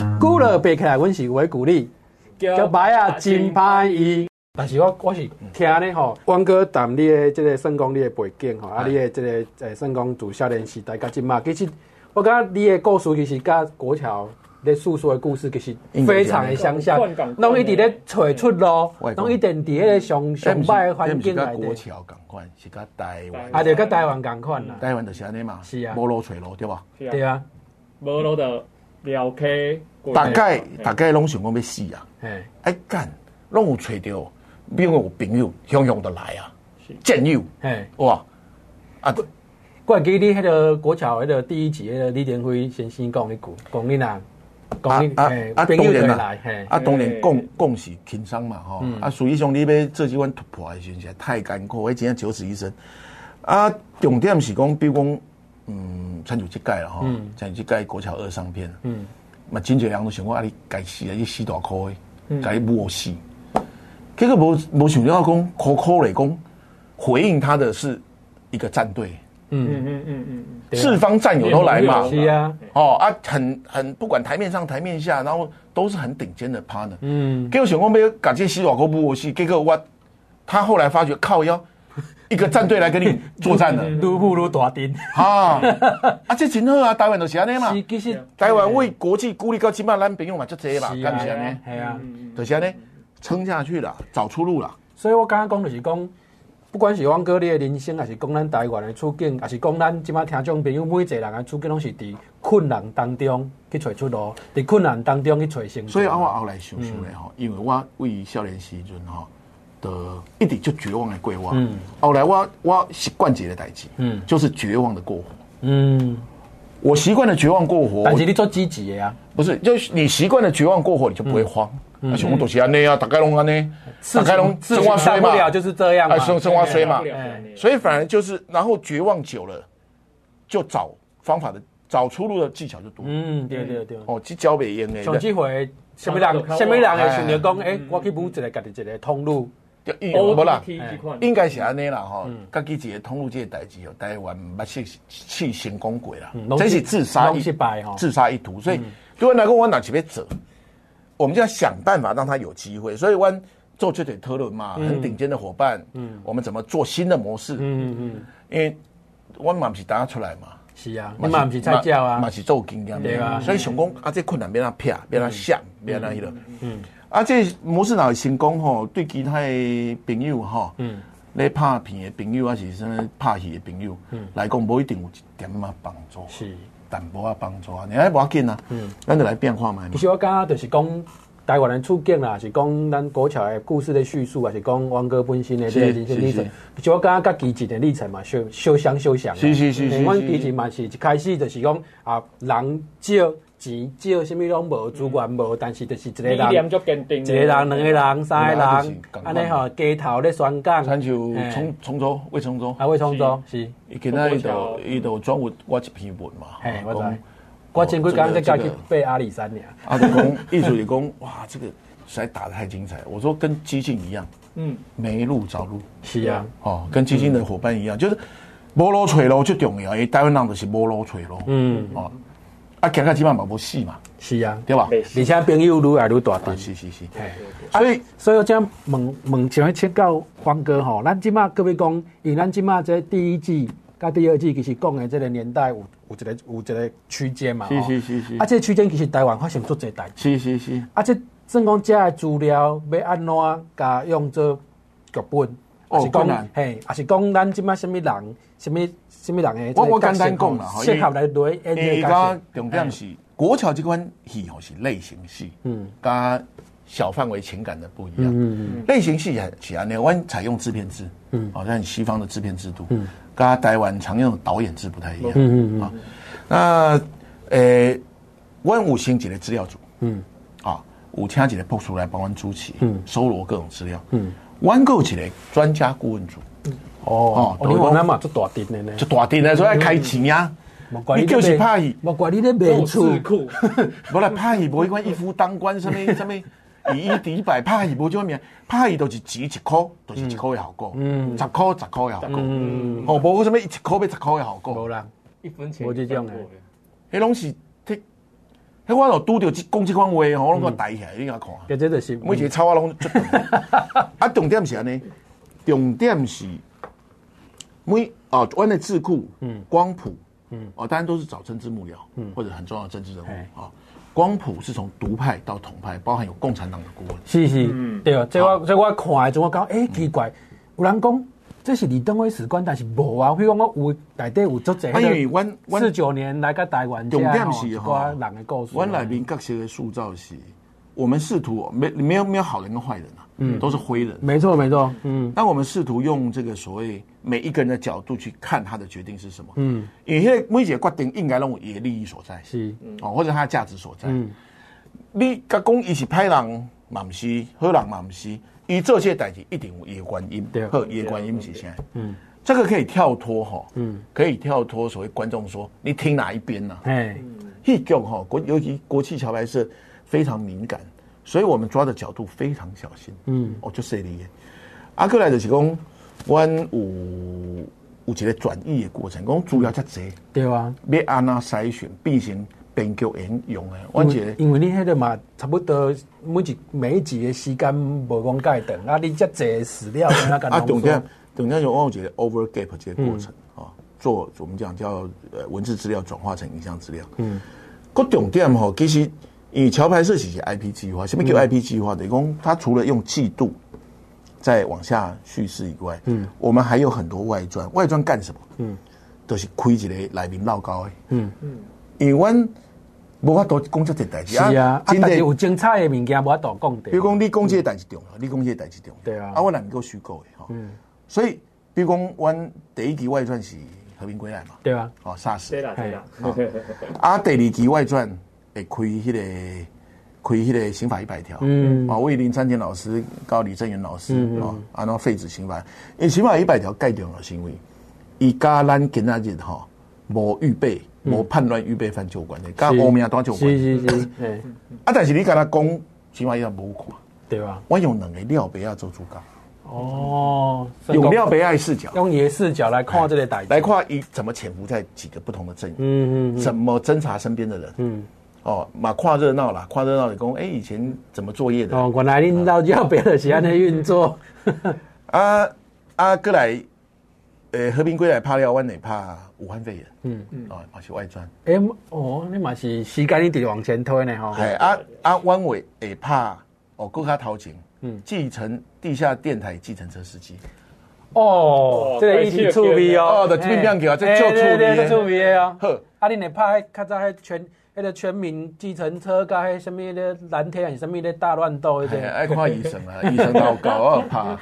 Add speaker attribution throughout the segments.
Speaker 1: 爬起来，阮是为鼓励，叫牌啊真歹伊。但是我我是
Speaker 2: 嗯
Speaker 1: 听咧吼，汪哥谈你的即个算讲你的背景吼，
Speaker 2: 哎
Speaker 1: 啊你的即个诶算讲自少年时代到即嘛，其实我感觉你的故事其实甲国桥咧诉说的故事其实非常的相像
Speaker 3: 应该是这，样
Speaker 1: 拢一直咧找出路
Speaker 2: 我会，讲
Speaker 1: 拢一定伫迄个上上歹的环境
Speaker 2: 嗯这
Speaker 1: 内
Speaker 2: 不是跟
Speaker 1: 底，
Speaker 2: 国桥共款，是甲台湾。
Speaker 1: 啊就甲台湾共款啦，
Speaker 2: 台湾就是安尼嘛，
Speaker 1: 是啊
Speaker 2: 无路找路对吧？
Speaker 3: 是
Speaker 1: 对
Speaker 3: 啊，
Speaker 1: 啊，
Speaker 3: 无落就聊开，
Speaker 2: 大概
Speaker 3: 嗯
Speaker 2: 大概拢想讲要死啊，
Speaker 1: 嘿，
Speaker 2: 哎干，拢有找着，比如有朋友，汹汹的来啊
Speaker 3: 是，
Speaker 2: 战友
Speaker 1: 嘿。
Speaker 2: 哇，啊
Speaker 1: 我会记你迄个国桥迄个第一集迄个李连辉先生讲一句，讲你呐，
Speaker 2: 啊
Speaker 1: 讲你
Speaker 2: 啊
Speaker 1: 嘿
Speaker 2: 啊，
Speaker 1: 朋
Speaker 2: 当
Speaker 1: 友
Speaker 2: 然
Speaker 1: 回
Speaker 2: 啦
Speaker 1: 来，嘿，嗯
Speaker 2: 啊当然
Speaker 3: 嘿
Speaker 2: 共共是轻松嘛吼，啊所以上你要做即款突破的时候，实在太艰苦，迄真正九死一生。啊，重点是讲，比如讲，嗯，参照即届啦吼，参照即届国桥二上片，嗯，嘛真侪人都想讲啊，你该死啊，你死大箍
Speaker 1: 嗯
Speaker 2: 的，该无死。结果无无想到讲，苦苦来讲，回应他的是一个战队，
Speaker 3: 嗯嗯嗯嗯嗯，
Speaker 1: 对啊
Speaker 2: 四方战友都来嘛，
Speaker 1: 是啊，
Speaker 2: 哦啊，很很不管台面上台面下，然后都是很顶尖的 partner。
Speaker 1: 嗯，
Speaker 2: 结果想讲要感谢西瓦科布我戏，结果我他后来发觉靠腰一个战队来跟你 作战了
Speaker 1: 愈步愈大阵，
Speaker 2: 啊啊，这真好啊，台湾就是安尼嘛，
Speaker 1: 是其实
Speaker 2: 台湾为国际孤立到今嘛，咱朋友嘛就这嘛，
Speaker 1: 是啊
Speaker 2: 干不是
Speaker 3: 嗯
Speaker 2: 安尼，
Speaker 1: 系啊，
Speaker 2: 就是安尼，撑下去了，找出路了。
Speaker 1: 所以我刚刚讲就是讲，不管是汪哥你的人生，还是讲咱台湾的处境，还是讲咱即摆听众朋友每一个人的处境，拢是伫困难当中去找出路，伫困难当中去找成就。
Speaker 2: 所以啊，我后来想想咧吼，因为我为少年时阵吼，的一直就绝望的过活。
Speaker 1: 嗯
Speaker 2: 后来我我习惯一个代志，
Speaker 1: 嗯
Speaker 2: 就是绝望的过活。
Speaker 1: 嗯，
Speaker 2: 我习惯了绝望过活，
Speaker 1: 但是你做积极的啊，
Speaker 2: 不是，就是你习惯了绝望过后，你就不会慌。啊，像我都是安尼啊，大概拢安尼，大
Speaker 1: 事
Speaker 2: 概拢
Speaker 1: 情事
Speaker 2: 生
Speaker 1: 情
Speaker 2: 活
Speaker 1: 大
Speaker 2: 水
Speaker 1: 不了
Speaker 2: 嘛，
Speaker 1: 就是这样嘛
Speaker 2: 啊，，生生活水嘛
Speaker 3: 对，啊对啊
Speaker 2: 所以反而就是，然后绝望久了，就找方法的，找出路的技巧就多。
Speaker 1: 嗯，对对对。
Speaker 2: 哦，去交北烟
Speaker 1: 像
Speaker 2: 诶，
Speaker 1: 即回，什么人
Speaker 3: 看到
Speaker 1: 什么人会想着讲，
Speaker 3: 哎
Speaker 1: 诶，我去补一个家己一个通路，
Speaker 2: 就
Speaker 1: 啊
Speaker 2: 一
Speaker 3: 对
Speaker 2: 无啦，
Speaker 3: OTT 这款
Speaker 2: 应该是安尼啦吼。
Speaker 1: 嗯
Speaker 2: 家己一个通路这个代志哦，台湾毋捌去去成功过啦
Speaker 1: 嗯拢，
Speaker 2: 这是自杀
Speaker 1: 拢哦
Speaker 2: 一
Speaker 1: 失败吼
Speaker 2: 自杀一途。
Speaker 1: 嗯
Speaker 2: 所以对我来讲，我哪是要走，我们就要想办法让他有机会。所以我做这点讨论嘛，很顶尖的伙伴，嗯，我们怎么做新的模式？
Speaker 1: 嗯嗯，
Speaker 2: 因为我嘛不是打出来嘛，
Speaker 1: 是啊，你嘛毋是菜鸟
Speaker 2: 嘛
Speaker 1: 啊，
Speaker 2: 是做有经验
Speaker 1: 对
Speaker 2: 的
Speaker 1: 啊
Speaker 2: 所以想讲啊，这困难变哪撇，变哪想，变哪迄落。嗯，啊，这模式若是成功吼，对其他的朋友吼，嗯，咧拍片的朋友还是什么拍戏的朋友，来讲无一定有一点仔帮助，
Speaker 1: 嗯是。
Speaker 2: 淡薄仔帮助啊，你还无要紧啊，嗯，咱就来变化嘛
Speaker 1: 其。实我感觉就是讲台湾的处境啦，是讲咱国桥的故事的叙述，还是讲汪哥本身的这个人生历
Speaker 2: 是是
Speaker 1: 程
Speaker 2: 是。
Speaker 1: 其实我感觉甲基情的历程嘛，相相相相像啊。
Speaker 2: 是是是是
Speaker 1: 嘿阮
Speaker 2: 是
Speaker 1: 基情嘛是一开始就是讲啊，人少钱少，什么拢无，资源
Speaker 2: 嗯
Speaker 1: 无，但是就是一个
Speaker 3: 理念
Speaker 1: 人。
Speaker 3: 足坚定，嗯
Speaker 1: 一个人、两个人、三个
Speaker 2: 对啊就是
Speaker 1: 人，
Speaker 2: 同款
Speaker 1: 安尼吼，街头咧宣讲，
Speaker 2: 参像
Speaker 1: 嘿
Speaker 2: 冲冲州、魏冲州，
Speaker 1: 啊，魏冲州是。
Speaker 2: 伊今仔伊
Speaker 3: 我
Speaker 2: 就
Speaker 3: 知
Speaker 2: 伊就转我我一篇文嘛，
Speaker 1: 嘿，我
Speaker 2: 哦讲哦
Speaker 1: 知。我前几天才
Speaker 2: 这
Speaker 1: 刚
Speaker 2: 个
Speaker 1: 去
Speaker 2: 这个
Speaker 1: 爬阿里山尔，
Speaker 2: 啊，就讲艺术理工，哇，这个实在打得太精彩了。我说跟激进一样，
Speaker 3: 嗯，
Speaker 2: 没路找路
Speaker 1: 是啊，
Speaker 2: 哦，跟激进的伙伴一样，就是无路找路最重要，因为台湾人就是无路找路，
Speaker 1: 嗯，
Speaker 2: 哦，啊，行到即晚嘛无死嘛，
Speaker 1: 是啊，
Speaker 2: 对吧？
Speaker 3: 对
Speaker 1: 而且朋友愈来愈大
Speaker 2: 啊，
Speaker 1: 阵。
Speaker 2: 是是是，
Speaker 1: 嘿
Speaker 2: 所以
Speaker 1: 所以我今问问想要请教方哥吼，咱即马各位讲，因为咱即马这第一季甲第二季其实讲的这个年代有有一个有一个区间嘛，吼
Speaker 2: 是是是是
Speaker 1: 啊，这个区间其实台湾发生足侪代，志，
Speaker 2: 是是是，
Speaker 1: 啊，这算讲这的资料要安怎甲用做剧本，
Speaker 2: 哦
Speaker 1: 还是
Speaker 2: 困
Speaker 1: 讲
Speaker 2: 难
Speaker 1: 嘿，还是讲咱即马什么人，什么什么人的这个
Speaker 2: 我我
Speaker 1: 角
Speaker 2: 简
Speaker 1: 色
Speaker 2: 单
Speaker 1: 吼
Speaker 2: 讲啦吼
Speaker 1: 适合
Speaker 2: 因
Speaker 1: 来来演这
Speaker 2: 伊
Speaker 1: 个角
Speaker 2: 家
Speaker 1: 色。
Speaker 2: 重点是国桥这款戏吼是类型戏，嗯，加小范围情感的不一样。嗯类型戏也是安尼，我们采用制片制，嗯，好像西方的制片制度，嗯，跟台湾常用的导演制不太一样，嗯嗯啊，那呃诶，我们有星级的资料组，嗯，啊，有请一个博士来帮我们主持，嗯，搜罗各种资料，嗯，阮还有一个专家顾问组，
Speaker 1: 哦
Speaker 2: 哦，
Speaker 1: 哦你
Speaker 2: 就是
Speaker 1: 讲
Speaker 2: 讲
Speaker 1: 咱嘛做大阵的呢，
Speaker 2: 就大阵来说要开钱啊呀，
Speaker 1: 莫怪
Speaker 2: 你
Speaker 1: 咧
Speaker 2: 就是
Speaker 1: 卖
Speaker 2: 拍戏
Speaker 1: 莫怪你咧卖
Speaker 3: 够
Speaker 1: 厝
Speaker 3: 智。库，
Speaker 2: 无啦，拍戏无迄款一夫当关，什 物什物以一敌百，拍戏无种名，拍戏就是钱一箍，就是一箍的效果，嗯，十箍十箍的效果，嗯，哦，无什物一箍要十箍的效
Speaker 1: 无
Speaker 2: 果，
Speaker 1: 啦，
Speaker 3: 一分钱
Speaker 1: 无这种的
Speaker 3: 一分货
Speaker 2: 迄拢是摕迄我若拄着即讲即款话吼，我拢个带起来，你甲看。
Speaker 1: 个这就是嗯
Speaker 2: 每一个草啊拢 足长。啊，重点是安尼，重点是每哦，阮的智库、光谱，嗯，哦，当然都是找政治幕僚，嗯，或者很重要的政治人
Speaker 1: 嘿
Speaker 2: 物啊。光谱是从独派到统派，包含有共产党的顾问。
Speaker 1: 是
Speaker 2: 嗯
Speaker 1: 是，对哦，这我这我看的时候，我讲，诶，奇怪，有人讲这是李登辉史观，但是无啊，比如讲我有内底有足侪
Speaker 2: 啊，因为阮阮
Speaker 1: 四九年来个台湾，
Speaker 2: 重点是
Speaker 1: 吼，一寡人的故事，
Speaker 2: 阮内面角色的塑造是，我们试图哦没没有没有好人跟坏人啊，嗯，都是灰人。
Speaker 1: 没错没错，嗯，
Speaker 2: 那我们试图用这个所谓每一个人的角度去看他的决定是什么，嗯，因为那个每一个决定应该让我的利益所在，
Speaker 1: 是，
Speaker 2: 哦，或者他的价值所在。你甲讲伊是歹人嘛毋是，好人嘛毋是，伊做这代志一定有伊的原因，
Speaker 1: 对
Speaker 2: 好，伊的原因是啥？嗯，这个可以跳脱哈，嗯，可以跳脱所谓观众说你听哪一边呢、
Speaker 1: 嘿，
Speaker 2: 戏剧哈，国尤其国际桥牌社非常敏感，所以我们抓的角度非常小心。嗯，哦，就这里。阿克来就是讲，阮有有一个转译的过程，讲主要较侪，
Speaker 1: 对啊，
Speaker 2: 要安那筛选，变成编剧沿用的。阮一个
Speaker 1: 因为你迄个嘛，差不多每一每一集的时间无讲介长，啊，你遮济史料那 个
Speaker 2: 啊，重点重点就我有一个 over gap 这个过程
Speaker 1: 嗯
Speaker 2: 啊、哦做我们讲叫呃文字资料转化成影像资料。嗯，个重点吼，其实以桥牌社是一个 IP 计划，什么叫
Speaker 1: 嗯
Speaker 2: IP 计划？等于讲它除了用季度再往下叙事以外，嗯，我们还有很多外传。外传干什么？嗯，都是开一个来宾闹高的。嗯嗯，因为阮无法度讲这个代志
Speaker 1: 是啊，啊，
Speaker 2: 真
Speaker 1: 但
Speaker 2: 的
Speaker 1: 是有精彩的物件无法度讲的，
Speaker 2: 比如讲，你讲这个代志重要，你讲这个代志重要，
Speaker 1: 嗯对啊嗯
Speaker 2: 啊，我哪能够虚构的哈？所以，比如讲，阮第一集外传是和平归来嘛，
Speaker 1: 对啊，
Speaker 2: 哦，SARS，
Speaker 3: 对啦对啦，
Speaker 2: 啊，第二集外传会开迄、个开迄个刑法一百条，嗯，啊，为林三田老师、高李正元老师、
Speaker 1: 嗯
Speaker 2: 哦，啊，然后废止刑法，因为刑法一百条盖掉了是因为伊甲咱今仔日吼无预备、无判断预备犯就有关系，甲
Speaker 1: 嗯是
Speaker 2: 欧明单就有关
Speaker 1: 是
Speaker 2: 系，
Speaker 1: 是是，嘿，
Speaker 2: 啊，但是你甲他讲刑法一条无看，
Speaker 1: 对啊，
Speaker 2: 我用两个廖白亚做主角。
Speaker 1: 哦，
Speaker 2: 嗯用廖北爱视角
Speaker 1: 用你的视角来看这个代志，
Speaker 2: 来看一怎么潜伏在几个不同的阵营，
Speaker 1: 嗯嗯
Speaker 2: 怎么侦查身边的人，嗯，哦，嘛跨热闹啦，跨热闹的讲，哎，以前怎么作业
Speaker 1: 嗯，
Speaker 2: 的
Speaker 1: 哦，原来恁老要别的是安尼运作，
Speaker 2: 啊啊，过来，呃，和平归来怕了，湾内怕武汉肺炎，嗯嗯，哦，嘛是外传，
Speaker 1: 诶，哦，你嘛是时间一直往前推呢吼，
Speaker 2: 哎啊啊，湾尾会怕哦，更加头前，嗯，继承地下电台计程车司机，
Speaker 1: 哦，这个一起趣味哦，
Speaker 2: 哦就变变叫啊这
Speaker 1: 嘿
Speaker 2: 就趣味
Speaker 1: 对
Speaker 2: 的
Speaker 1: 对对这趣味的哦。
Speaker 2: 呵，
Speaker 1: 啊，恁会拍迄较早迄全迄个全民计程车，甲迄什物咧蓝天还是什物咧大乱斗迄
Speaker 2: 哎
Speaker 1: 个？
Speaker 2: 爱看医生啊，医生老高啊怕。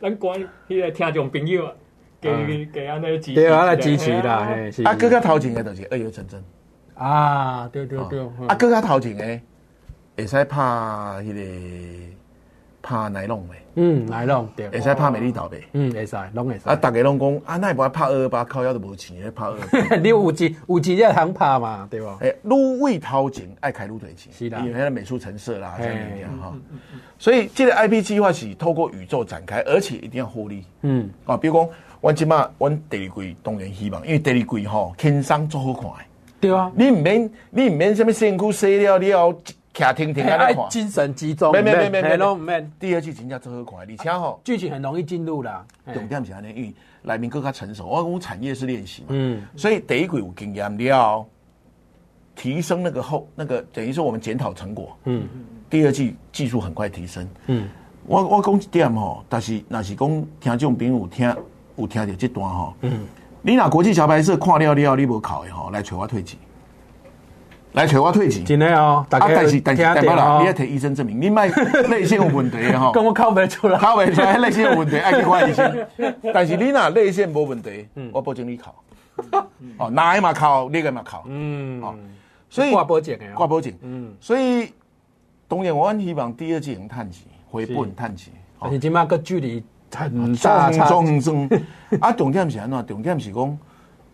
Speaker 3: 咱管迄个听众朋友啊，给给安尼支持，
Speaker 1: 对啊，来支持啦，
Speaker 3: 嘿啊
Speaker 1: 嘿，是
Speaker 2: 啊，更加头前的就是二月战争。
Speaker 1: 啊，对对对，
Speaker 2: 啊，
Speaker 1: 啊，
Speaker 2: 更较头前诶，会使拍迄个拍奶龙诶，
Speaker 1: 嗯，来咯，对，
Speaker 2: 会使拍美丽岛呗。
Speaker 1: 嗯，会使，拢会使
Speaker 2: 哎啊，。逐个拢讲啊，那无爱拍二二八，靠腰都无钱，咧拍二二八。
Speaker 1: 你有一有一只通拍嘛，对无？
Speaker 2: 诶，路为头前爱开路腿前，
Speaker 1: 是啦
Speaker 2: 因为那个美术陈设啦，这样样哈。
Speaker 3: 嗯
Speaker 2: 所以这个 IP 计划是透过宇宙展开，而且一定要获利。
Speaker 1: 嗯，
Speaker 2: 啊，比如讲，阮即马阮第二季当然希望，因为第二季吼轻松做好看的。
Speaker 1: 对啊。
Speaker 2: 你毋免，你毋免什么身躯洗了了，徛停停安尼
Speaker 1: 哎，
Speaker 2: 看。
Speaker 1: 精神集中，
Speaker 2: 没没没没没
Speaker 1: 嘿拢毋免，
Speaker 2: 第二季真正做好看的，而且吼。
Speaker 1: 剧情很容易进入啦。嘿
Speaker 2: 重点是安尼，因为内面更加成熟。我讲产业是练习嘛，
Speaker 1: 嗯，
Speaker 2: 所以第一季有经验了，提升那个后那个等于说我们检讨成果，嗯，第二季技术很快提升，嗯，我我讲一点吼，但是若是讲听众朋友有听有听到这段吼，嗯，你若国际桥牌社看了了，你无考的吼，来找我退钱，来找我退钱。
Speaker 1: 真的哦，大
Speaker 2: 啊！
Speaker 1: 家
Speaker 2: 但是
Speaker 1: 有
Speaker 2: 但是，
Speaker 1: 听到
Speaker 2: 代表啦，
Speaker 1: 哦
Speaker 2: 你要摕哦医生证 明，你卖内心有问题的 吼。
Speaker 1: 跟我靠不出来。
Speaker 2: 考袂出来，内线有问题，爱去看医生。 嗯但是你若内线无问题，我保证你考。哦，哪个嘛考，那个嘛考。
Speaker 1: 嗯，
Speaker 2: 哦，所以
Speaker 1: 挂保险的哦，
Speaker 2: 挂保证。嗯，所以当然，我很希望第二季能趁钱，回本趁钱。哦
Speaker 1: 但是今麦个距离很大
Speaker 2: 中
Speaker 1: 差。
Speaker 2: 中中， 啊，重点是安怎？重点是讲，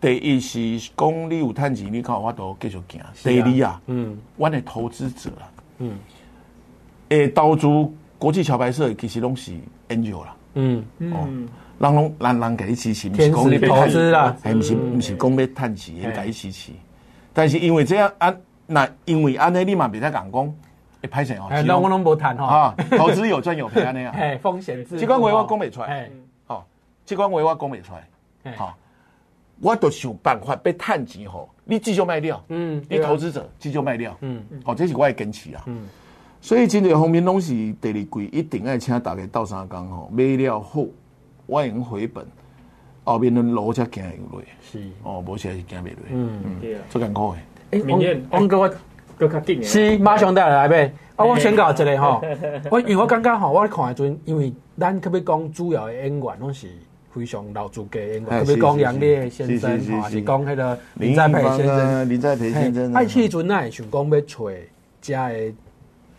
Speaker 2: 第一是讲你有趁钱，你才有法度继续行。第二啊，嗯，阮的投资者啊，嗯，诶，投资国际桥牌社其实拢是 angel 啦，
Speaker 1: 嗯，
Speaker 3: 嗯，
Speaker 2: 人拢人人给你支持，不
Speaker 1: 天
Speaker 2: 是讲你
Speaker 1: 使
Speaker 2: 哎要
Speaker 1: 投
Speaker 2: 趁
Speaker 1: 资啦，
Speaker 2: 还不是不是讲要趁钱，给你支持。但是因为这样啊，那因为安尼你嘛别再讲讲，会拍谁哦？
Speaker 1: 哎，那我拢无谈吼，
Speaker 2: 啊，投资有赚有赔 安尼啊。
Speaker 1: 哎，风险自
Speaker 2: 这款话我讲，袂出来，
Speaker 1: 哎，
Speaker 2: 吼，哦这款话我讲袂出
Speaker 1: 嘿
Speaker 2: 来，吼，我都想办法要趁钱吼，你至少卖掉，
Speaker 1: 嗯，
Speaker 2: 你投资者至少卖掉，
Speaker 1: 嗯
Speaker 2: 嗯，哦，这是我的坚持啊。嗯，所以真侪方面拢是第二季一定要请大家斗相共吼，买了好，我会用回本，后面的路才行会落，
Speaker 1: 是，
Speaker 2: 哦，无些是行袂落，
Speaker 1: 嗯，
Speaker 3: 对啊，
Speaker 2: 做艰苦的。
Speaker 1: 哎
Speaker 3: 明年
Speaker 1: 王王哥我。
Speaker 3: 搁较紧的。
Speaker 1: 是，马上带来 呗。啊，我先搞一个 吼，我因为我感觉吼，我看的阵，因为咱特别讲主要的演员拢是非常老资格的演员，
Speaker 2: 哎
Speaker 1: 特别讲杨烈
Speaker 2: 是
Speaker 1: 先生
Speaker 2: 是是
Speaker 1: 吼，还是
Speaker 2: 是
Speaker 1: 讲迄个
Speaker 2: 林
Speaker 1: 林在
Speaker 2: 在
Speaker 1: 培
Speaker 2: 培
Speaker 1: 先
Speaker 2: 先
Speaker 1: 生。
Speaker 2: 生，林在培先生啊，
Speaker 1: 哎，迄阵咱会想讲要找遮个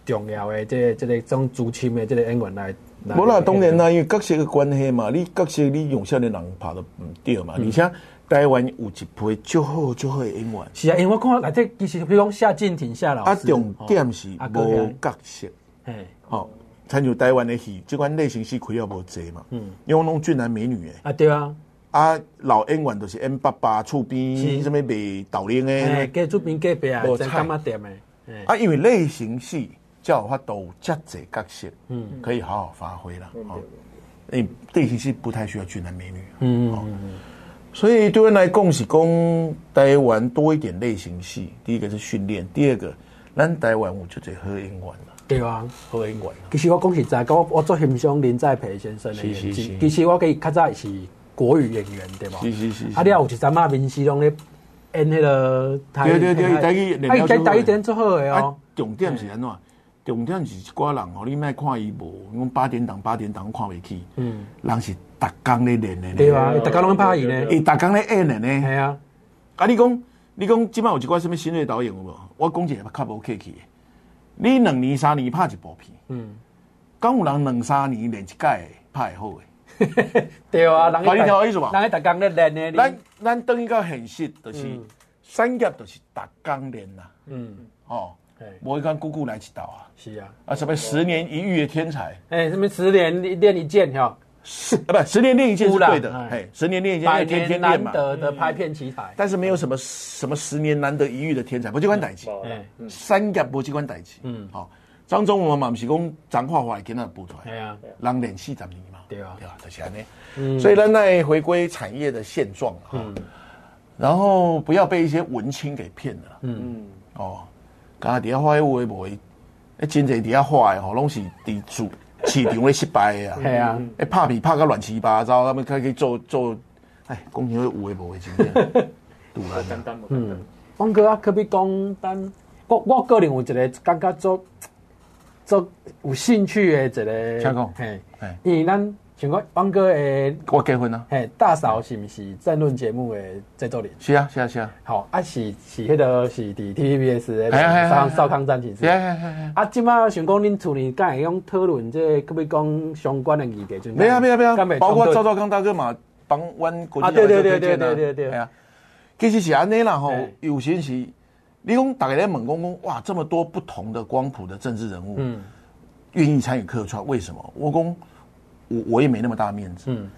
Speaker 1: 重要的这个这个种资深的这个演员来。来
Speaker 2: 无啦，当然。啦，因为角色的关系嘛，你角色你用少年人拍得毋对啊
Speaker 1: 嗯
Speaker 2: 嘛，而且台湾有一批足好足好的演员，
Speaker 1: 是啊，因为我看内底其实，比如讲夏静婷、夏老师。
Speaker 2: 啊，重点是
Speaker 1: 啊哥
Speaker 2: 无角色，
Speaker 1: 嘿，
Speaker 2: 吼，参像哦台湾的戏，即款类型戏开了无济嘛，
Speaker 1: 嗯
Speaker 2: 因为拢俊男美女诶，
Speaker 1: 啊对啊，
Speaker 2: 啊，老演员都是演爸爸厝
Speaker 1: 是
Speaker 2: 边什物卖豆奶
Speaker 1: 哎，
Speaker 2: 诶，
Speaker 1: 隔厝边隔壁啊，
Speaker 2: 无
Speaker 1: 在
Speaker 2: 菜
Speaker 1: 干嘛店的？哎
Speaker 2: 啊，因为类型戏才有法度有遮济角色，嗯，可以好好发挥啦，吼，因为类型戏不太需要俊男美女，
Speaker 1: 嗯
Speaker 2: 哦所以对我来讲是讲台湾多一点类型戏，第一个是训练，第二个咱台湾有就得喝演员啦，
Speaker 1: 对啊。
Speaker 2: 喝演员啦。
Speaker 1: 其实我讲实在，我我做欣赏林在培先生的演
Speaker 2: 是是
Speaker 1: 技。
Speaker 2: 是
Speaker 1: 其实我计较早是国语演员对吧？
Speaker 2: 是是是是
Speaker 1: 啊，你有一阵仔面试拢咧演迄个台
Speaker 2: 对对对
Speaker 1: 台
Speaker 2: 台语演得
Speaker 1: 啊，伊
Speaker 2: 了
Speaker 1: 台
Speaker 2: 就好
Speaker 1: 台语演做好诶
Speaker 2: 啊
Speaker 1: 哦。，
Speaker 2: 重点是安怎？重点是一寡人吼，哦你莫看伊无，讲八点档八点档看袂起，嗯，人是逐工咧练的
Speaker 1: 对
Speaker 2: 呢，
Speaker 1: 啊，
Speaker 3: 对啊
Speaker 1: 大家拢拍伊呢。
Speaker 2: 伊逐工咧演的呢
Speaker 1: 系。啊，
Speaker 2: 啊，你讲你讲，即摆有一寡什物新锐导演有无？我讲一个较无客气的，你两年三年拍一部片，嗯，敢有人两三年练一届拍会好诶？
Speaker 1: 对啊，人
Speaker 2: 好你听我意思吧
Speaker 1: 人咧逐工咧练呢。
Speaker 2: 咱
Speaker 1: 你
Speaker 2: 咱等于到现实，就是产业就是逐工练啦，
Speaker 1: 嗯，
Speaker 2: 哦
Speaker 1: 嘿，
Speaker 2: 无一讲久久来一道啊，
Speaker 1: 是啊。
Speaker 2: 啊，什么十年一遇的天才，
Speaker 1: 哎，什么十年练一件吼，
Speaker 2: 啊，不，十年练一件是
Speaker 1: 有啦
Speaker 2: 对的
Speaker 1: 哎，
Speaker 2: 嘿，十年练一件，
Speaker 1: 百
Speaker 2: 要天
Speaker 1: 年
Speaker 2: 天练
Speaker 1: 难
Speaker 2: 嘛，
Speaker 1: 得的拍片奇才。
Speaker 2: 但是没有什么什么十年难得一遇的天才，不这款代志，
Speaker 3: 无啦
Speaker 1: 哎
Speaker 2: 产业无这款代志，嗯，好，张忠谋嘛，不是讲脏话话囡仔补出
Speaker 1: 系
Speaker 2: 来，
Speaker 1: 啊，
Speaker 2: 人练四十年嘛，
Speaker 1: 对啊
Speaker 2: 哎对啊，就是安尼，所以咱来回归产业的现状哈，然后不要被一些文青给骗了啦，
Speaker 3: 嗯，
Speaker 2: 哦，刚刚底下画的有的无的，诶，真侪底下画的吼，拢是伫市市场咧失败 的啊。
Speaker 1: 系啊，
Speaker 2: 诶，拍片拍到乱七八糟，他们开始做做，哎，讲起有的无的真 正，突
Speaker 3: 无
Speaker 2: 然
Speaker 3: 简单，无简单。
Speaker 1: 王哥啊，可比讲，咱我我个人有一个感觉足足有兴趣的一个，
Speaker 2: 请讲
Speaker 1: 嘿
Speaker 2: 嘿，
Speaker 1: 因为咱想讲王哥的
Speaker 2: 哎我结婚啊，
Speaker 1: 嘿大嫂是毋是政论节目的制作人？
Speaker 2: 是啊是啊是啊，
Speaker 1: 好啊，是是迄个是伫 TVBS 的
Speaker 2: 哎哎哎
Speaker 1: 少
Speaker 2: 哎
Speaker 1: 少康战情
Speaker 2: 是
Speaker 1: 室。
Speaker 2: 啊是啊是啊。
Speaker 1: 啊，即摆想讲恁厝里敢会用讨论这可比讲相关的议题？就
Speaker 2: 没有啊没有没有
Speaker 1: 敢不，会
Speaker 2: 包括
Speaker 1: 冲
Speaker 2: 赵
Speaker 1: 突
Speaker 2: 赵刚大哥嘛，帮阮国
Speaker 1: 啊
Speaker 2: 际
Speaker 1: 对对
Speaker 2: 老师
Speaker 1: 对
Speaker 2: 推荐
Speaker 1: 对
Speaker 2: 啊
Speaker 1: 对对对
Speaker 2: 哎呀，其实是安尼啦吼
Speaker 1: 哎，
Speaker 2: 有些是，你讲大家在问讲讲，哇，这么多不同的光谱的政治人物，
Speaker 1: 嗯
Speaker 2: 愿意参与客串，为什么？我讲我我也没那么大面子，
Speaker 1: 嗯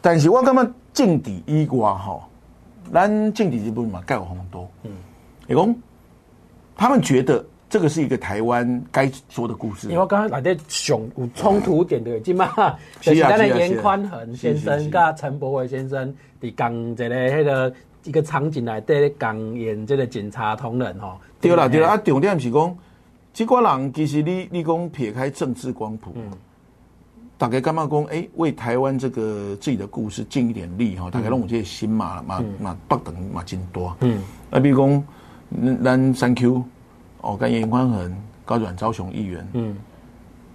Speaker 2: 但是我感觉政治以外吼，咱政治这部分嘛，盖有很多，嗯，也讲他们觉得这个是一个台湾该说的故事，
Speaker 1: 因为我感觉内底上有冲突点的，即嘛，
Speaker 2: 啊
Speaker 1: 就是咱的严宽恒先生甲陈柏伟先生伫共一个迄个一个场景内底共演这个警察同仁吼。
Speaker 2: 对啦，对啦，啊，重点是讲，即个人其实你你讲撇开政治光
Speaker 1: 嗯
Speaker 2: 谱，大家感觉讲，诶，为台湾这个自己的故事尽一点力
Speaker 1: 嗯
Speaker 2: 吼，大家拢有这个心嘛嘛嘛北等嘛真多，嗯，啊，比如讲嗯咱三 Q 哦，跟严宽恒、高阮昭雄议员，嗯，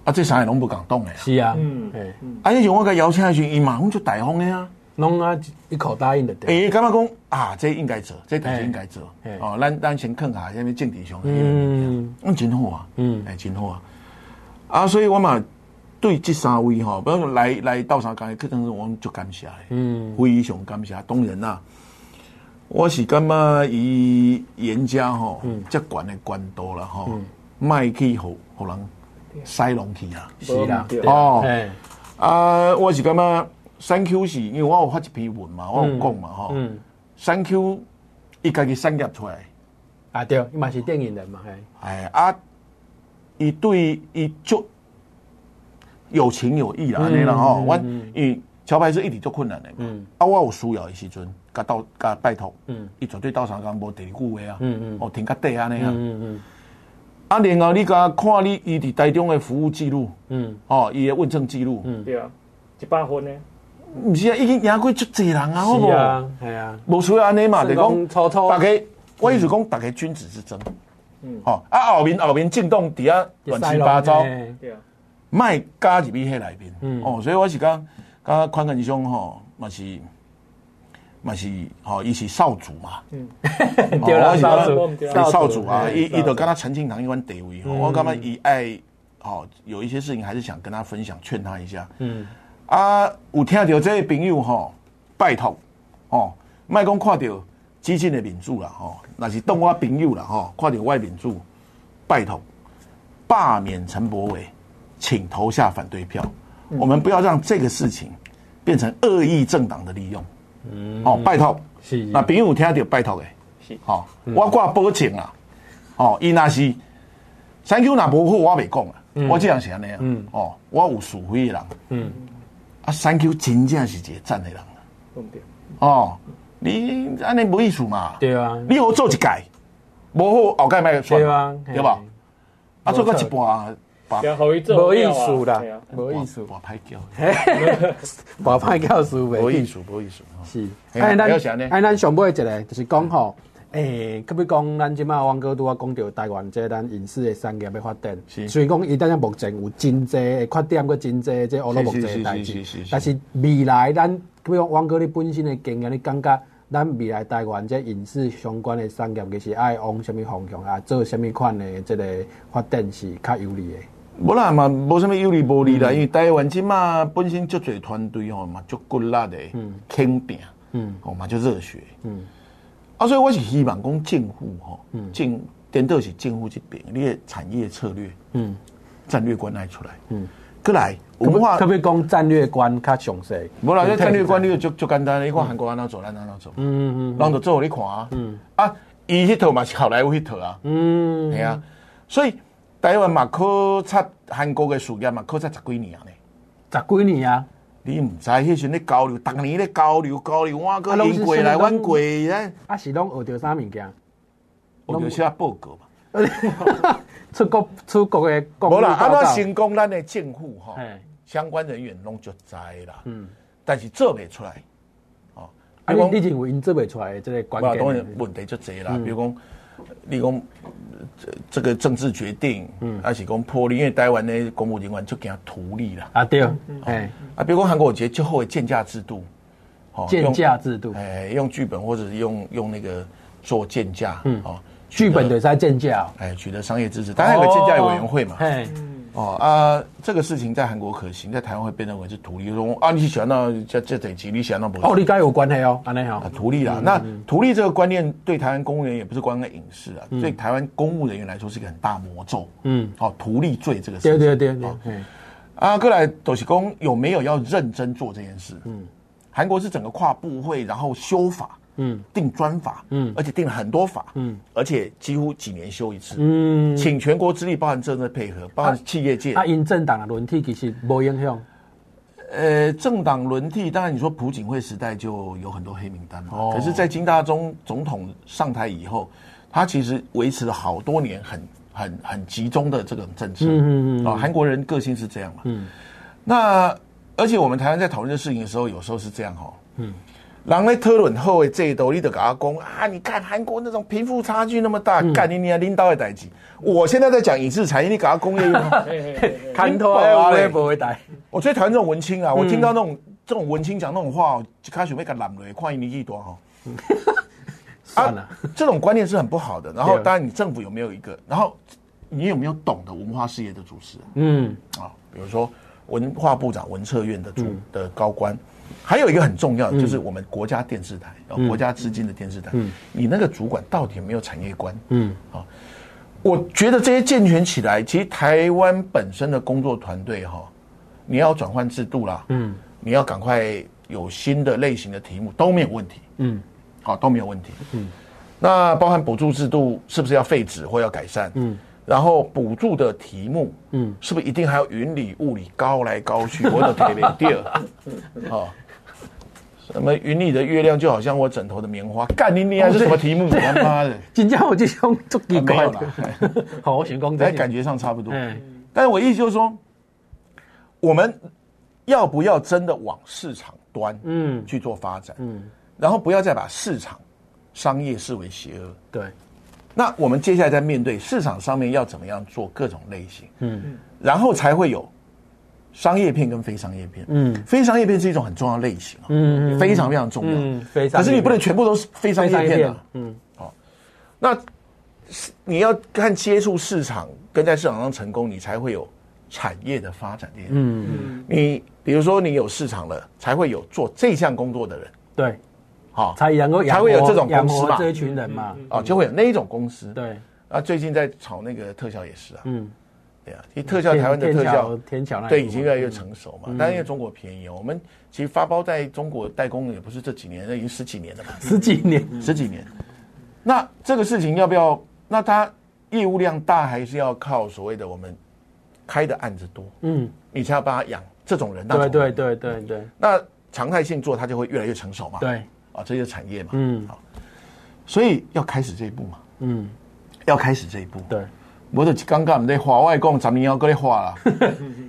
Speaker 2: 啊，这啥也拢不敢动诶，
Speaker 1: 是啊，嗯
Speaker 3: 嗯，
Speaker 1: 哎，
Speaker 2: 啊，迄时候我甲邀请的时候，伊嘛，我就大方诶啊。
Speaker 1: 拢啊一口答应的对。
Speaker 2: 诶、感觉讲啊，这应该做，这代志应该做
Speaker 1: 嘿。
Speaker 2: 哦，咱咱先看下，下面政治上，
Speaker 1: 嗯
Speaker 2: 嗯，嗯，真好啊，
Speaker 1: 嗯
Speaker 2: 嗯，哎，真好啊。啊，所以我嘛对这三位吼，不用来来到啥讲，去当中我们就感谢的，
Speaker 1: 嗯
Speaker 2: 非常感谢。当然啦，我是感觉伊严家吼，
Speaker 1: 嗯
Speaker 2: 遮悬的官度啦吼，卖去互互人塞拢去啊。
Speaker 1: 嗯是啦，
Speaker 3: 对
Speaker 1: 对
Speaker 2: 哦
Speaker 1: 哎，
Speaker 2: 啊，我是感觉三 Q 是因为我有发一篇文嘛，我有讲嘛吼。
Speaker 1: 嗯，
Speaker 2: 三 Q 伊家己产业出来，
Speaker 1: 啊对，伊嘛是电影人嘛，嘿，
Speaker 2: 哎啊，伊对伊就有情有义啦，安
Speaker 1: 嗯
Speaker 2: 尼啦吼。我伊桥牌是一直足困难的嘛。啊，我有需要的时阵，甲到甲拜托，
Speaker 1: 嗯
Speaker 2: 伊绝对到相共无第二句话啊，哦停较短安尼啊。
Speaker 1: 嗯
Speaker 2: 啊，然后你甲看你伊伫台中的服务记录，
Speaker 1: 嗯，
Speaker 2: 哦，伊的问政记录，
Speaker 3: 对啊，一百分呢，
Speaker 2: 毋是啊，已经赢过足济人啊，好
Speaker 1: 是
Speaker 2: 无？
Speaker 1: 啊，系啊，
Speaker 2: 无需要安尼嘛，就
Speaker 1: 算
Speaker 2: 是讲。
Speaker 1: 讲嗯初初
Speaker 2: 大家，我意思讲，大家君子之争。嗯，哦，啊，后面后面进动底下乱七八糟，
Speaker 1: 嘿
Speaker 3: 对啊，
Speaker 2: 卖加入去迄内面。嗯，哦，所以我是讲，刚刚宽根兄吼，嘛是嘛是吼，伊是少主嘛，哦
Speaker 1: 对啦，
Speaker 2: 我是
Speaker 1: 少
Speaker 3: 我
Speaker 1: 主
Speaker 3: 们对，
Speaker 2: 少主啊，
Speaker 1: 嘿
Speaker 2: 伊伊就跟他陈庆堂一般地位吼，哦我感觉伊爱吼有一些事情还是想跟他分享，劝他一下。
Speaker 1: 嗯，
Speaker 2: 啊，有听到这个朋友吼，拜托哦，莫讲看到激进的民主啦吼，若是当我朋友啦吼，看到我的民主，拜托罢免陈柏伟，请投下反对票，我们不要让这个事情变成恶意政党的利用。嗯，哦，拜托，
Speaker 1: 是
Speaker 2: 那朋友有听到拜托的，
Speaker 3: 是
Speaker 2: 哦，我挂保证啦，哦，伊若是三 Q 若无好，我袂讲啦，我这样是安尼啊，哦，我有是非的人，
Speaker 1: 嗯
Speaker 2: 啊，三 Q 真正是一个赞的人啊，
Speaker 3: 对不对？
Speaker 2: 哦，你安尼无意思嘛，
Speaker 1: 对啊，
Speaker 2: 你好做一届，无好后盖卖算
Speaker 1: 对
Speaker 2: 了，
Speaker 1: 啊，嘿
Speaker 2: 对吧？？啊，做到一半，把
Speaker 3: 对啊，好伊做
Speaker 1: 无意
Speaker 3: 了啊
Speaker 1: 思啦
Speaker 3: 对啊，
Speaker 1: 无意思，
Speaker 2: 我拍掉，
Speaker 1: 我歹教输袂。
Speaker 2: 无意思，无意思，哦
Speaker 1: 是，
Speaker 2: 嘿啊
Speaker 1: 哎，
Speaker 2: 不要想呢
Speaker 1: 咱哎，咱上尾一个就是讲吼，诶，可比讲咱即马汪哥拄啊讲到台湾即咱影视的产业要发展，
Speaker 2: 是
Speaker 1: 虽然讲伊当然目前有真济的缺点，佮真济即乌鲁木齐的代
Speaker 2: 是是
Speaker 1: 志
Speaker 2: 是是是，
Speaker 1: 但是未来咱可比讲汪哥你本身的经验，你感觉咱未来台湾即影视相关的产业，其实爱往什么方向啊，做什么款的即个发展是较有利的？
Speaker 2: 无啦嘛，无什么有利无利啦，因为台湾即马本身足侪团队吼嘛，足骨力的，肯拼，嗯，吼嘛就热血，嗯，啊，所以我是希望讲政府吼，政颠倒是政府这边，你的产业策略，嗯，战略观爱出来，嗯，过来文化
Speaker 1: 可，比讲战略观较详细，
Speaker 2: 无啦，这战略观你就足足简单，你看韩国安怎做，咱安怎做，嗯嗯嗯，人就做互你看啊，嗯，啊，伊迄套嘛是好莱坞迄套啊，
Speaker 1: 嗯，
Speaker 2: 系啊，所以台湾嘛考察韩国的事业嘛考察十几年啊呢。
Speaker 1: 十几年啊。
Speaker 2: 你毋知迄时阵咧交流，逐年咧交流交流，我
Speaker 1: 啊
Speaker 2: 个
Speaker 1: 拢是
Speaker 2: 英过来，
Speaker 1: 什么
Speaker 2: 阮过来，
Speaker 1: 啊是拢学着啥物件？
Speaker 2: 我就写报告嘛。
Speaker 1: 出国出国的公
Speaker 2: 无啦，啊
Speaker 1: 安
Speaker 2: 安怎成功，咱的政府吼
Speaker 1: 嘿，
Speaker 2: 相关人员拢就知啦。嗯，但是做袂出来。哦，
Speaker 1: 啊，
Speaker 2: 比如
Speaker 1: 你
Speaker 2: 讲，
Speaker 1: 你认为因做袂出来的这个嗯关
Speaker 2: 哇，当
Speaker 1: 键
Speaker 2: 然？问题就侪啦。比如讲，你讲呃这个政治决定，嗯，还是讲破例，因为台湾的公务人员就惊图利啦。
Speaker 1: 啊对，哎，
Speaker 2: 啊，比如讲韩国有一个较好的建价制度，哦
Speaker 1: 建价制度
Speaker 2: 用，哎，用剧本或者是用用那个做建价，嗯，哦，
Speaker 1: 剧本就是在建价哦，
Speaker 2: 哎，取得商业支持，当然有个建价委员会嘛。
Speaker 1: 嘿，
Speaker 2: 哦啊，这个事情在韩国可行，在台湾会被认为是图利，说啊，你喜欢到这这等级，你喜欢到不
Speaker 1: 哦，你跟他有关系哦，安尼哦
Speaker 2: 啊，，图利啦。那图利这个观念对台湾公务员也不是光个影视啊，对台湾公务人员来说是一个很大魔咒。
Speaker 1: 嗯，
Speaker 2: 哦，图利罪这个事
Speaker 1: 对
Speaker 2: 情。
Speaker 1: 对对对
Speaker 2: 哦，
Speaker 1: 嘿
Speaker 2: 啊，过来斗喜公有没有要认真做这件事？嗯，韩国是整个跨部会，然后修法，嗯，定专法，嗯，而且定了很多法，嗯，而且几乎几年修一次，
Speaker 1: 嗯，
Speaker 2: 请全国之力，包含政策配合，包含企业界，
Speaker 1: 啊，因政党的轮替其实无影响，
Speaker 2: 呃，政党轮替，当然你说朴槿惠时代就有很多黑名单嘛，
Speaker 1: 哦
Speaker 2: 可是，在金大中总统上台以后，他其实维持了好多年很很很集中的这种政策，
Speaker 1: 嗯嗯嗯
Speaker 2: 啊，韩国人个性是这样嘛，嗯，那而且我们台湾在讨论这事情的时候，有时候是这样哈，嗯，狼在特伦后的这一斗，你得给他攻啊，你看韩国那种贫富差距那么大，
Speaker 1: 嗯
Speaker 2: 干你你领导的代级，我现在在讲影视产业，你给他工业用。
Speaker 3: 嘿嘿嘿嘿，
Speaker 1: 看
Speaker 2: 头的有的
Speaker 1: 无会带，
Speaker 2: 我最讨厌这种文青
Speaker 1: 嗯
Speaker 2: 啊！我听到那种、这种文青讲那种话，我就开始被他揽了，看你年纪多哈。 啊
Speaker 1: 算了，
Speaker 2: 这种观念是很不好的。然后，
Speaker 1: 对
Speaker 2: 当然你政府有没有一个，然后你有没有懂得文化事业的主持
Speaker 1: 嗯，
Speaker 2: 啊？比如说文化部长、文策院的主、
Speaker 1: 嗯
Speaker 2: 的高官，还有一个很重要的就是我们国家电视台、啊
Speaker 1: 嗯
Speaker 2: 国家资金的电视台，你那个主管到底有没有产业观？嗯，啊，我觉得这些健全起来，其实台湾本身的工作团队哈、你要转换制度啦，嗯，你要赶快有新的类型的题目都没有问题，嗯，好、都没有问题，嗯，那包含补助制度是不是要废止或要改善？嗯，然后补助的题目，嗯，是不是一定还要云里雾里高来高去？我的天嘞，第二， 哦，什么云里的月亮就好像我枕头的棉花，干你你还是什么题 目？他妈的，啊
Speaker 1: 真正有这种足奇
Speaker 2: 没
Speaker 1: 怪
Speaker 2: 有
Speaker 1: 的
Speaker 2: 啦。
Speaker 1: 好，我想讲
Speaker 2: 哎，
Speaker 1: 这
Speaker 2: 感
Speaker 1: 个，
Speaker 2: 觉上差不多。
Speaker 1: 哎，
Speaker 2: 但是我意思就是说，我们要不要真的往市场端
Speaker 1: 嗯，
Speaker 2: 去做发展？嗯，然后不要再把市场商业视为邪恶。
Speaker 1: 对，
Speaker 2: 那我们接下来在面对市场上面要怎么样做各种类型，
Speaker 1: 嗯
Speaker 2: 然后才会有商业片跟非商业片。
Speaker 1: 嗯
Speaker 2: 非商业片是一种很重要的类型啊，
Speaker 1: 嗯
Speaker 2: 非常非常重要。
Speaker 1: 嗯，非常。
Speaker 2: 可是你不能全部都是非商
Speaker 1: 非常
Speaker 2: 业
Speaker 1: 一
Speaker 2: 片
Speaker 1: 片
Speaker 2: 啊。，
Speaker 1: 嗯
Speaker 2: 那是你要看接触市场跟在市场上成功，你才会有产业的发展。嗯，
Speaker 1: 嗯，
Speaker 2: 你比如说你有市场了，才会有做这项工作的人，
Speaker 1: 对，
Speaker 2: 好、
Speaker 1: 才能够养
Speaker 2: 才会有
Speaker 1: 活
Speaker 2: 这种
Speaker 1: 养
Speaker 2: 公司
Speaker 1: 活
Speaker 2: 嘛
Speaker 1: 这一群人嘛，
Speaker 2: 哦，就会有那一种公司。
Speaker 1: 对，
Speaker 2: 啊，最近在炒那个特效也是啊，
Speaker 1: 嗯，
Speaker 2: 对啊，其实特效台湾的
Speaker 1: 天
Speaker 2: 特效
Speaker 1: 桥天桥那一
Speaker 2: 对，
Speaker 1: 部
Speaker 2: 已经
Speaker 1: 嘛
Speaker 2: 越来越成熟
Speaker 1: 嗯
Speaker 2: 嘛。但因为中国便宜哦，我们其实发包在中国代工也不是这几年，那已经十几年了嘛，
Speaker 1: 十几年，
Speaker 2: 十几年。那这个事情要不要？那它业务量大，还是要靠所谓的我们开的案子多，
Speaker 1: 嗯，
Speaker 2: 你才要把它养这种人。那种
Speaker 1: 对
Speaker 2: 人
Speaker 1: 对。对对对
Speaker 2: 那常态性做，它就会越来越成熟嘛。
Speaker 1: 对，
Speaker 2: 啊，这就是产业嘛。
Speaker 1: 嗯
Speaker 2: 好，所以要开始这一步嘛，
Speaker 1: 嗯
Speaker 2: 要开始这一步。
Speaker 1: 对。
Speaker 2: 我就刚刚在画外公，咱们要搁咧 画啦，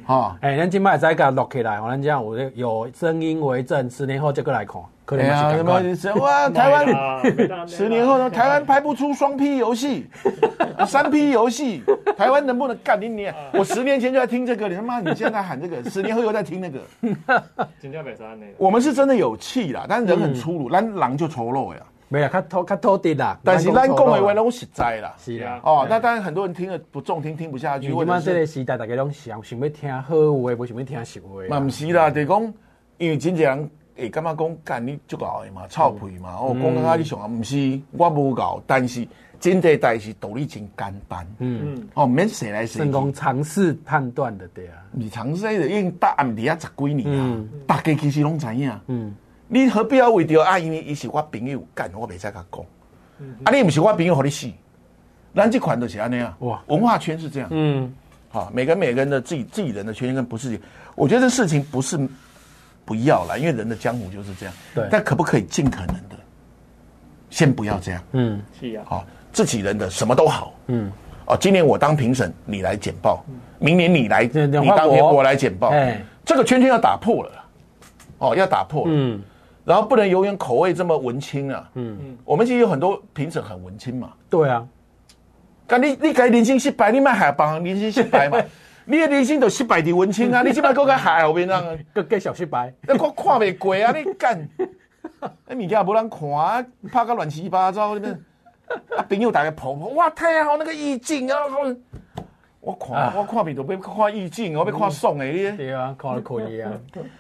Speaker 2: 哈。
Speaker 1: 哎，咱今摆再甲录起来，吼，咱这样有咧有声音为证，十年后再过来看，可能
Speaker 2: 哎
Speaker 1: 嘛
Speaker 2: 呀，
Speaker 1: 是
Speaker 2: 什
Speaker 1: 赶
Speaker 2: 么
Speaker 1: 快。
Speaker 2: 什哇？台湾
Speaker 3: 湾
Speaker 2: 十年后呢？台湾拍不出双 P 游 戏、三 P 游戏，台湾能不能干你你？
Speaker 1: 啊
Speaker 2: 我十年前就在听这个，你他妈你现在喊 这个，十年后又在听那个，
Speaker 3: 真正袂使安尼啦。
Speaker 2: 我们是真的有气啦，但是人很粗
Speaker 1: 嗯
Speaker 2: 鲁，咱狼就丑陋呀。
Speaker 1: 没啦，较土较土地啦。
Speaker 2: 但是
Speaker 1: 咱
Speaker 2: 咱
Speaker 1: 讲
Speaker 2: 讲
Speaker 1: 错
Speaker 2: 的话
Speaker 1: 了啦
Speaker 2: 拢实在啦。
Speaker 1: 是啦。
Speaker 2: 哦，那当然很多人听了不中听，听不下去，
Speaker 1: 因
Speaker 2: 或
Speaker 1: 为嘛，
Speaker 2: 者
Speaker 1: 这
Speaker 2: 是
Speaker 1: 个时代大家拢想想要听好话，无想要听实话啦。啊
Speaker 2: 嘛不是啦，就是讲因为真侪人会感觉讲干你足够的嘛，臭屁嘛，
Speaker 1: 嗯
Speaker 2: 哦，讲到你上啊，不是我无够，但是真侪代志道理真简单。
Speaker 3: 嗯，
Speaker 2: 哦，免谁来谁
Speaker 1: 成
Speaker 2: 去，
Speaker 1: 功尝试判断的对啊。
Speaker 2: 你长西的已经答案伫遐十几年啊，
Speaker 1: 嗯
Speaker 2: 大家其实拢知影。
Speaker 1: 嗯
Speaker 2: 你何必要为着啊？因为伊是我朋友，干我袂使甲讲。
Speaker 1: 嗯
Speaker 2: 啊，你毋是我朋友，互你死。咱这款就是安尼啊，
Speaker 1: 哇
Speaker 2: 哇，文化圈是这样。
Speaker 1: 嗯
Speaker 2: 好、每个人每个人的自己自己人的圈圈跟不是，我觉得这事情不是不要啦，因为人的江湖就是这样。
Speaker 1: 对
Speaker 2: 但可不可以尽可能的先不要这样？
Speaker 1: 嗯
Speaker 3: 是啊，
Speaker 2: 好、自己人的什么都好。
Speaker 1: 嗯，
Speaker 2: 哦，今年我当评审，你来简报；明年你来，
Speaker 1: 对
Speaker 2: 你
Speaker 1: 对换
Speaker 2: 当
Speaker 1: 我
Speaker 2: 天我来简报
Speaker 1: 哎。
Speaker 2: 这个圈圈要打破了啦，哦，要打破了。
Speaker 1: 嗯
Speaker 2: 然后不能永远口味这么文青啊。
Speaker 1: 嗯
Speaker 2: 嗯，我们其实有很多评审很文青嘛。
Speaker 1: 对啊，
Speaker 2: 但你你该人性失败，你卖海帮人性失败 嘛？你的人性都失败的文青啊，你即摆搁个海后面啊，
Speaker 1: 个继续失败。
Speaker 2: 那我看袂过啊，你干， 那物件无人看啊，拍个乱七八糟那边。啊，朋友大家捧捧，哇，太好那个意境啊！我我看、我看片都要看意境，哦我要看爽的你。
Speaker 1: 啊嗯对啊，看了可以 啊。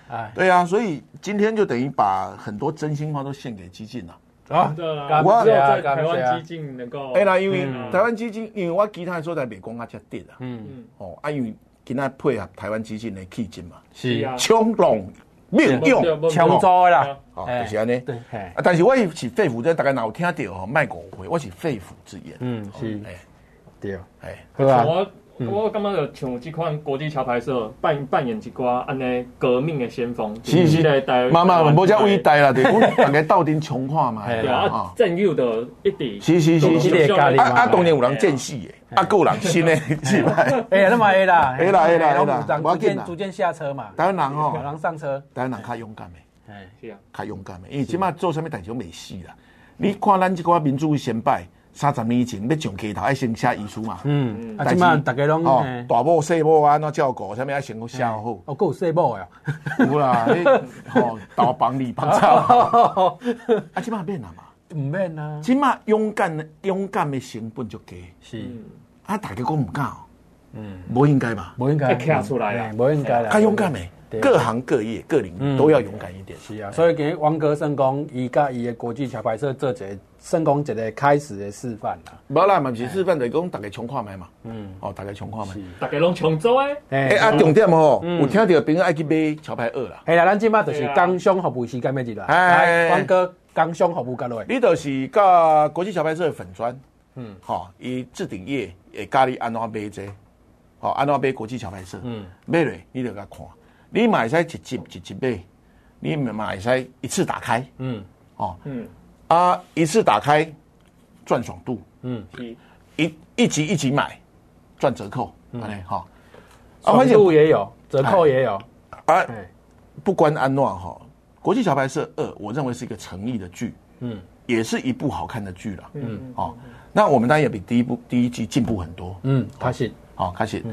Speaker 1: 哎，
Speaker 2: 对啊，所以今天就等于把很多真心话都献给激进了。
Speaker 1: 好，
Speaker 3: 对啦，
Speaker 1: 感
Speaker 2: 我
Speaker 3: 只
Speaker 1: 谢
Speaker 3: 有
Speaker 1: 啊，
Speaker 3: 在
Speaker 1: 感
Speaker 3: 台
Speaker 1: 谢
Speaker 3: 湾
Speaker 1: 啊
Speaker 3: 激。进能够，
Speaker 2: 哎、啦，因为台湾基金，因为我其他的所在袂讲啊，遮跌啊，
Speaker 1: 嗯，
Speaker 3: 嗯，
Speaker 2: 哦，啊，因为今仔配合台湾基金的气质嘛，
Speaker 3: 是啊，
Speaker 2: 冲浪命用
Speaker 3: 对
Speaker 1: 抢租的啦，
Speaker 2: 好
Speaker 1: 哎
Speaker 2: 就是安尼
Speaker 1: 对，嘿
Speaker 2: 啊，但是我是肺腑的，大家若有听到吼，卖误会，我是肺腑之言。
Speaker 1: 嗯是
Speaker 2: 哎
Speaker 1: 对，
Speaker 2: 哎，
Speaker 1: 好啊，
Speaker 3: 我我感觉就像这款国际桥牌社扮扮演一寡安尼革命的先锋，
Speaker 2: 是是
Speaker 3: 在台湾
Speaker 2: 妈妈，无遮伟大啦，对，讲大家斗阵穷看 嘛，
Speaker 1: 哎
Speaker 3: 对啊，啊，战友的一直
Speaker 2: 是是是
Speaker 1: 你的
Speaker 2: 是，
Speaker 1: 家里
Speaker 2: 啊
Speaker 1: 嘛
Speaker 2: 啊，当然有人见戏的，啊，还有人 新的是吧？
Speaker 1: 哎呀，那么会啦，
Speaker 2: 会啦会啦
Speaker 1: 然后
Speaker 2: 会啦
Speaker 1: 组长
Speaker 2: 不要
Speaker 1: 逐
Speaker 2: 紧啦
Speaker 1: 渐逐渐下车嘛，
Speaker 2: 台湾人 吼，
Speaker 1: 然后哦上车，
Speaker 2: 台湾人较勇敢的。
Speaker 1: 哎，
Speaker 3: 是啊，
Speaker 2: 较勇敢的，因为即摆做啥物代志拢未死啦。你看咱即个民主先败，三十年前要上街头爱先写遗书嘛，
Speaker 1: 嗯，啊，
Speaker 2: 但
Speaker 1: 即
Speaker 2: 是
Speaker 1: 满大家拢
Speaker 2: 哦
Speaker 1: 嘿，
Speaker 2: 大某细某安怎照顾，啥物爱先写好，
Speaker 1: 哦，够有细胞呀，
Speaker 2: 有啦，你吼大帮你帮操，啊，即摆免啦嘛，
Speaker 1: 哦 唔免啊，
Speaker 2: 即摆勇敢的勇敢的成本就低，
Speaker 1: 是，
Speaker 2: 啊，大家讲毋敢，嗯，无应该吧？
Speaker 1: 无应该，
Speaker 3: 要站出来啊
Speaker 1: 哎无应该啦，
Speaker 2: 较勇敢的
Speaker 1: 对，
Speaker 2: 各行各业各领域都要勇敢一点。
Speaker 1: 是啊，所以给王格生讲，伊甲伊的国际桥牌社做一个成功一个开始的示范啦。
Speaker 2: 无啦，嘛毋是示范，就是讲大家穷看卖嘛，嗯，哦，大家穷看卖。
Speaker 3: 大家拢抢走诶，
Speaker 2: 哎、
Speaker 1: 哎
Speaker 2: 啊，重点哦，有听到朋友爱去买桥牌二啦，
Speaker 1: 啊哎啦，咱即摆就是工商服务时间要入来，
Speaker 2: 哎
Speaker 1: 来，王哥工商服务角落的，
Speaker 2: 你就是甲国际小白社的粉砖，嗯，吼，伊置顶页会教你安怎买这个吼、安怎买国际小白社，嗯，买落你就甲看，你嘛会使一集一集买，你嘛会使一次打开，
Speaker 1: 嗯，
Speaker 2: 哦，
Speaker 3: 嗯，
Speaker 2: 啊，一次打开赚爽度，
Speaker 3: 是
Speaker 2: 一一集一集买赚折扣，安尼吼，啊，
Speaker 1: 宽
Speaker 2: 反正
Speaker 1: 度也有，折扣也有，
Speaker 2: 啊，
Speaker 1: 哎，
Speaker 2: 不关安诺啊哈，《国际小白社二》我认为是一个诚意的剧，
Speaker 1: 嗯，
Speaker 2: 也是一部好看的剧了，嗯，哦，那我们当然也比第一部第一季进步很多，
Speaker 1: 嗯，他是，
Speaker 2: 好、开
Speaker 1: 嗯
Speaker 2: 始，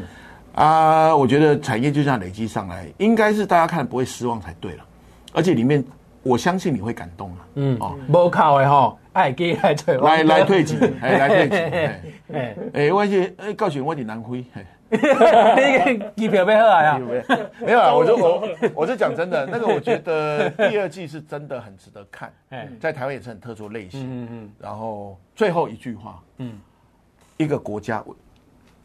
Speaker 2: 啊，我觉得产业就这样累积上来，应该是大家看不会失望才对了，而且里面我相信你会感动啊，
Speaker 1: 嗯
Speaker 2: 哦，
Speaker 1: 无靠的吼，爱记来找我，
Speaker 2: 来 来退几，哎，来退几，哎，
Speaker 1: 哎，
Speaker 2: 哎，我是哎，告诉你我是南非，哎。
Speaker 1: 你个机票买好啊，
Speaker 2: 没 有啦， 我就我我是讲真的，那个我觉得第二季是真的很值得 看
Speaker 1: 哎，
Speaker 2: 在台湾也是很特殊类型。
Speaker 1: 嗯嗯
Speaker 2: 然后最后一句话，
Speaker 1: 嗯
Speaker 2: 嗯，一个国家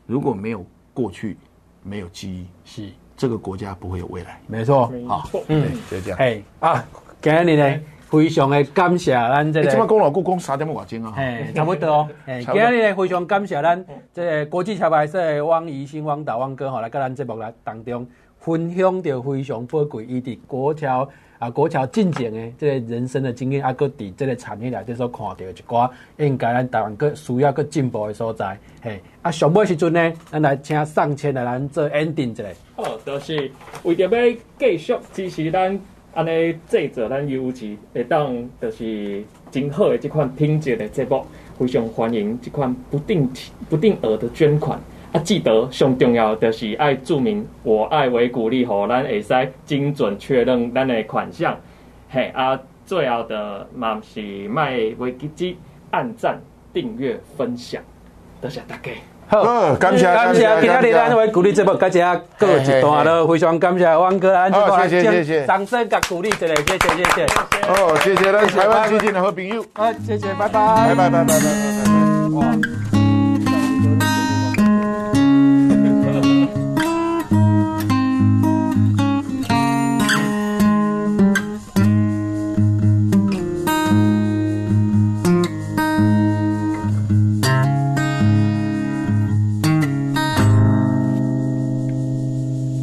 Speaker 2: 如果没有过去，没有记忆，
Speaker 1: 是，
Speaker 2: 这个国家不会有未来。
Speaker 1: 没错，
Speaker 3: 没
Speaker 2: 好
Speaker 3: 错，
Speaker 2: 嗯，就这样。哎，
Speaker 1: 嘿啊，今日呢，非常的感谢咱这
Speaker 2: 这
Speaker 1: 个。
Speaker 2: 么公老故宫啥点么瓦金啊？
Speaker 1: 哎，差不多哦。哎， 今
Speaker 2: 差不多嗯
Speaker 1: 日呢非常感谢咱这个国际桥牌社的汪怡兴、汪导、汪哥吼，来跟咱节目来当中分享着非常宝贵伊伫国桥啊国桥进前的这个人生的经验，啊，搁伫这个产业内底所看到的一寡应该咱台湾搁需要搁进步的所在。嘿，啊，上尾时阵呢，咱来请上千来咱做 ending 一下。
Speaker 3: 好，就是为着要继续支持咱安尼制作咱优质会当，就是真好的这款品质的节目，非常欢迎这款不定期不定额的捐款。啊，记得上重要的就是爱注明我爱为鼓励，吼，咱会使精准确认咱的款项。嘿啊，最后的嘛是卖维基机按赞、订阅、分享，多谢大家。
Speaker 1: 好。
Speaker 2: 呃，感谢
Speaker 1: 感谢今日咱为鼓励节目，感谢各位一段了，非常感谢汪哥，咱
Speaker 2: 好谢谢谢谢
Speaker 1: 掌声甲鼓励一下，谢谢谢谢，
Speaker 2: 哦，谢谢咱台湾最近的好朋友，
Speaker 1: 好，谢谢，拜
Speaker 2: 拜
Speaker 1: 拜。
Speaker 2: 拜拜拜拜拜拜。
Speaker 1: 哇